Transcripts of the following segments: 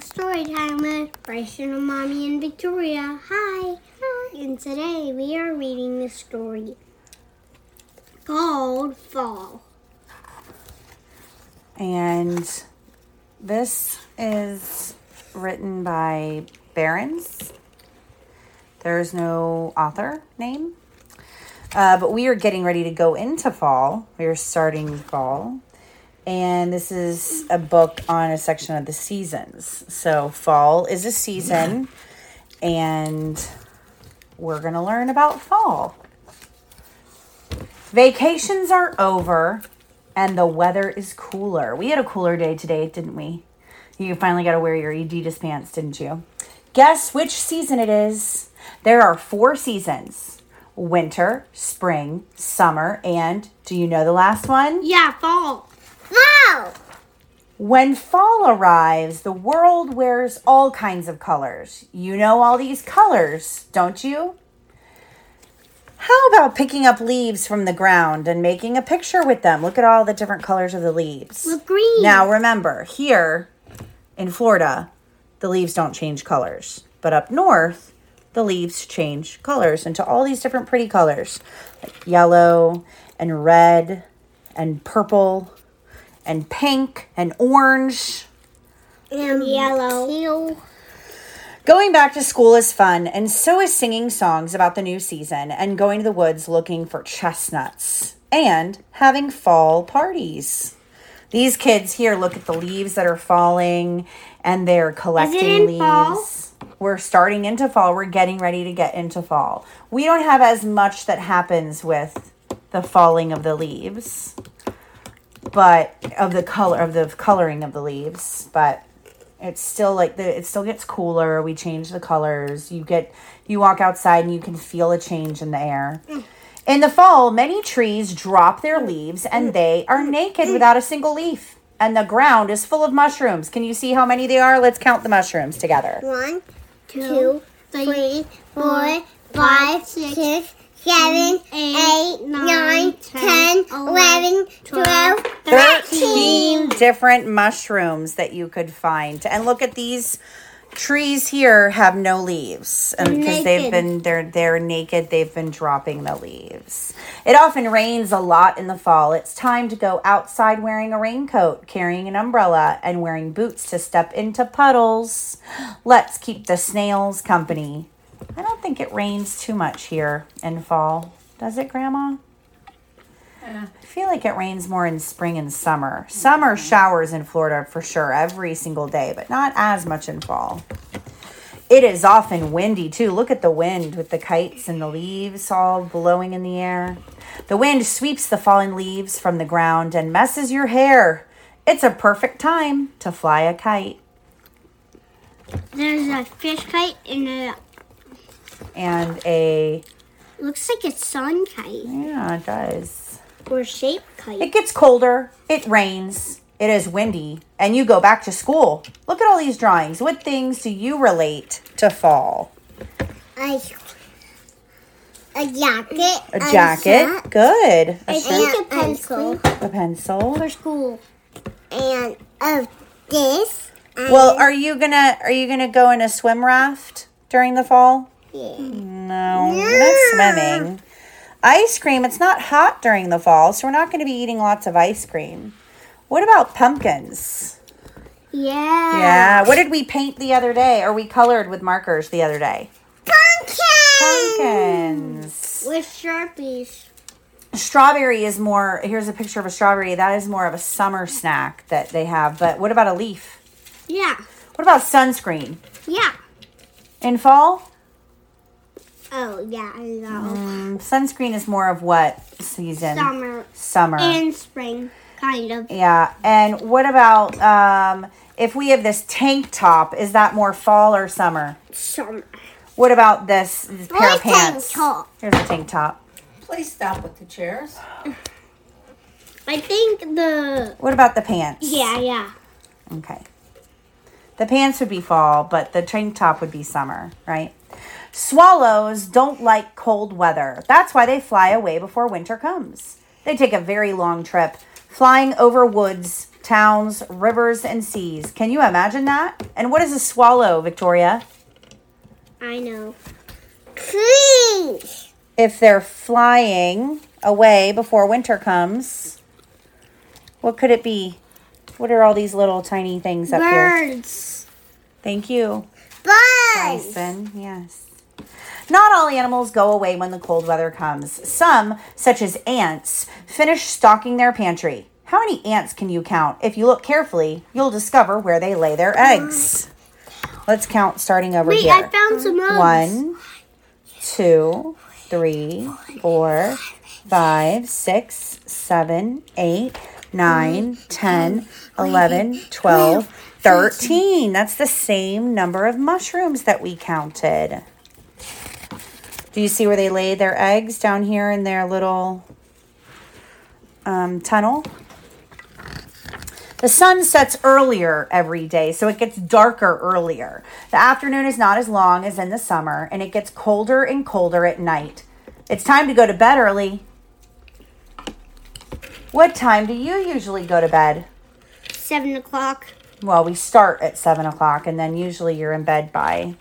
story time with Bryson and Mommy and Victoria. Hi. Hi. And today we are reading this story called Fall. And this is written by Barons. There's no author name. Uh, but we are getting ready to go into fall. We are starting fall. And this is a book on a section of the seasons. So, fall is a season. And we're going to learn about fall. Vacations are over and the weather is cooler. We had a cooler day today, didn't we? You finally got to wear your Adidas pants, didn't you? Guess which season it is? There are four seasons winter, spring, summer, and do you know the last one? Yeah, fall. Fall. When fall arrives, the world wears all kinds of colors. You know all these colors, don't you? How about picking up leaves from the ground and making a picture with them? Look at all the different colors of the leaves. With green. Now remember, here in Florida, the leaves don't change colors, but up north, the leaves change colors into all these different pretty colors like yellow and red and purple and pink and orange. And yellow. Teal. Going back to school is fun, and so is singing songs about the new season and going to the woods looking for chestnuts and having fall parties. These kids here look at the leaves that are falling and they're collecting in leaves. fall? We're starting into fall. We're getting ready to get into fall. We don't have as much that happens with the falling of the leaves, but of the color of the coloring of the leaves, but it's still like the it still gets cooler we change the colors you get you walk outside and you can feel a change in the air in the fall many trees drop their leaves and they are naked without a single leaf and the ground is full of mushrooms can you see how many they are let's count the mushrooms together One, Two, two, three, three, four, four, five, six, six, seven, eight, eight, nine, nine, ten, ten, eleven, twelve, twelve, 13 different mushrooms that you could find. And look at these trees here have no leaves because Naked. they've been they're they're naked they've been dropping the leaves it often rains a lot in the fall it's time to go outside wearing a raincoat carrying an umbrella and wearing boots to step into puddles let's keep the snails company i don't think it rains too much here in fall does it grandma I feel like it rains more in spring and summer. Summer showers in Florida for sure every single day, but not as much in fall. It is often windy too. Look at the wind with the kites and the leaves all blowing in the air. The wind sweeps the fallen leaves from the ground and messes your hair. It's a perfect time to fly a kite. There's a fish kite and a And a, looks like a sun kite yeah, it does. or shape kite. It gets colder, it rains, it is windy, and you go back to school. Look at all these drawings. What things do you relate to fall? a, a jacket, A jacket. Good. A, I sh- think a and pencil a pencil. for school. and of this. And Well, are you gonna are you gonna go in a swim raft during the fall? yeah. No, we're not swimming. Ice cream, it's not hot during the fall, so we're not gonna be eating lots of ice cream. What about pumpkins? Yeah. Yeah. What did we paint the other day? Or we colored with markers the other day? Pumpkins. With sharpies. Strawberry is more. Here's a picture of a strawberry. That is more of a summer snack that they have. But what about a leaf? Yeah. What about sunscreen Yeah. in fall? Oh yeah, I know. Mm, sunscreen is more of what season? Summer Summer. and spring, kind of. yeah. And what about um, if we have this tank top? Is that more fall or summer? Summer. What about this, this pair Or of a tank pants? top. Here's a tank top. Please stop with the chairs. I think the What about the pants? yeah yeah Okay. The pants would be fall, but the tank top would be summer, right? Swallows don't like cold weather. That's why they fly away before winter comes. They take a very long trip, flying over woods, towns, rivers, and seas. Can you imagine that? And what is a swallow, Victoria? I know. Please. If they're flying away before winter comes, what could it be? What are all these little tiny things up here? Birds. Thank you. Bye. Bison, yes. Not all animals go away when the cold weather comes. Some, such as ants, finish stocking their pantry. How many ants can you count? If you look carefully, you'll discover where they lay their eggs. Let's count starting over Wait, here. I found some eggs. One, two, three, four, five, six, seven, eight, nine, ten, eleven, twelve, thirteen. That's the same number of mushrooms that we counted. Do you see where they lay their eggs down here in their little um, tunnel? The sun sets earlier every day, so it gets darker earlier. The afternoon is not as long as in the summer, and it gets colder and colder at night. It's time to go to bed early. What time do you usually go to bed? Seven o'clock. Well, we start at seven o'clock, and then usually you're in bed by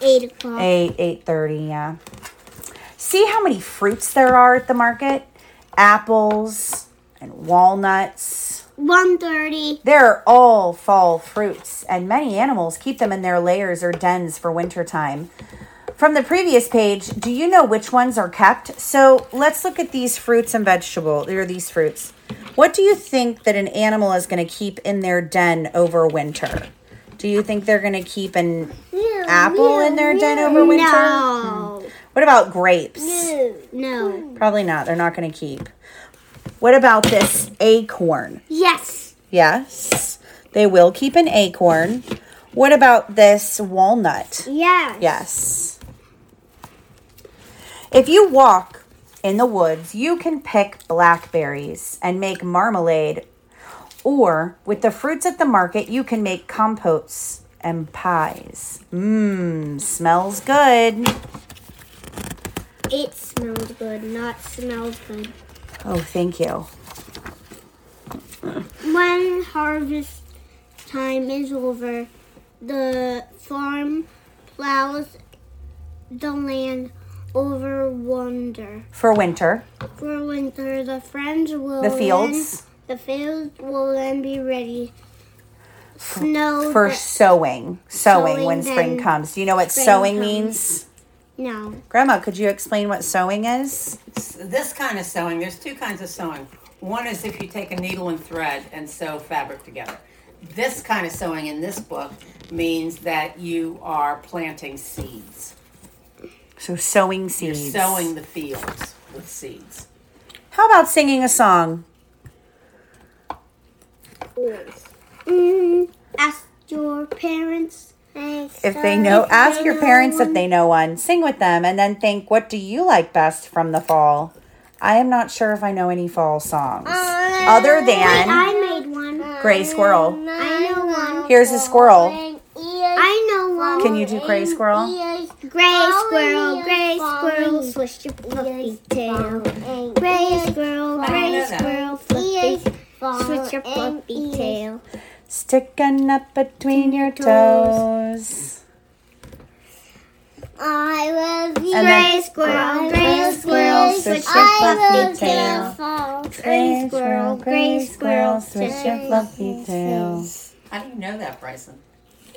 Eight o'clock. eight, eight thirty. Yeah. See how many fruits there are at the market: apples and walnuts. One thirty. They're all fall fruits, and many animals keep them in their lairs or dens for wintertime. From the previous page, do you know which ones are kept? So let's look at these fruits and vegetables, or these fruits. What do you think that an animal is going to keep in their den over winter? Do you think they're going to keep an apple in their den over winter? Hmm. No. What about grapes? No. Probably not. They're not going to keep. What about this acorn? Yes. Yes, they will keep an acorn. What about this walnut? Yes. Yes. If you walk in the woods, you can pick blackberries and make marmalade, or with the fruits at the market, you can make compotes and pies. Mmm, smells good. It smells good, not smells good. Oh, thank you. When harvest time is over, the farm plows the land over wonder. For winter, For winter, the friends will the then- fields the fields will then be ready. Snow for the- sowing, sowing when Sowing, spring then comes. Do you know what spring sowing comes. means? no. Grandma, could you explain what sewing is? S- This kind of sewing, there's two kinds of sewing. One is if you take a needle and thread and sew fabric together. This kind of sewing in this book means that you are planting seeds. So sewing seeds. You're sowing the fields with seeds. How about singing a song? Mm, ask your parents. If they know, ask your parents if they know one. Sing with them and then think, what do you like best from the fall? I am not sure if I know any fall songs other than I made one. Gray Squirrel. I know one. Here's a squirrel. I know one. Can you do Gray Squirrel? Gray squirrel, gray squirrel, swish your fluffy tail. Gray squirrel, gray Follow that. squirrel, fluffy, switch your fluffy tail. Sticking up between your toes. I love you. And Gray then squirrel, gray squirrel, switch your I fluffy tail. love Gray squirrel, gray squirrel, swish swish your your fluffy tail. How do you know that, Bryson?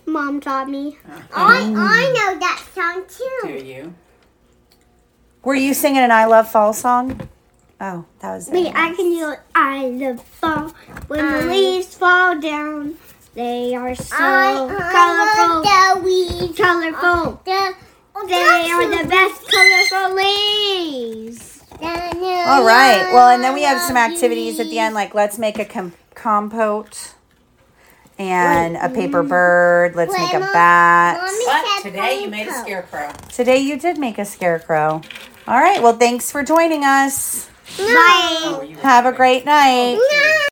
Mom taught me. I, mm. I know that song Do too. you? Were you singing an I Love Fall song? Oh, that was Wait, I can do it. I love fall when the leaves fall down. They are so colorful, I love the weeds. colorful. The, They are the best colorful leaves. All right. Well, and then we have some activities at the end, like let's make a com- compote and a paper bird. Let's make a Mm-hmm. Grandma, bat. Mommy But said today you made a raincoat. scarecrow. Today you did make a scarecrow. All right. Well, thanks for joining us. Oh, you were Have a great. great night. No.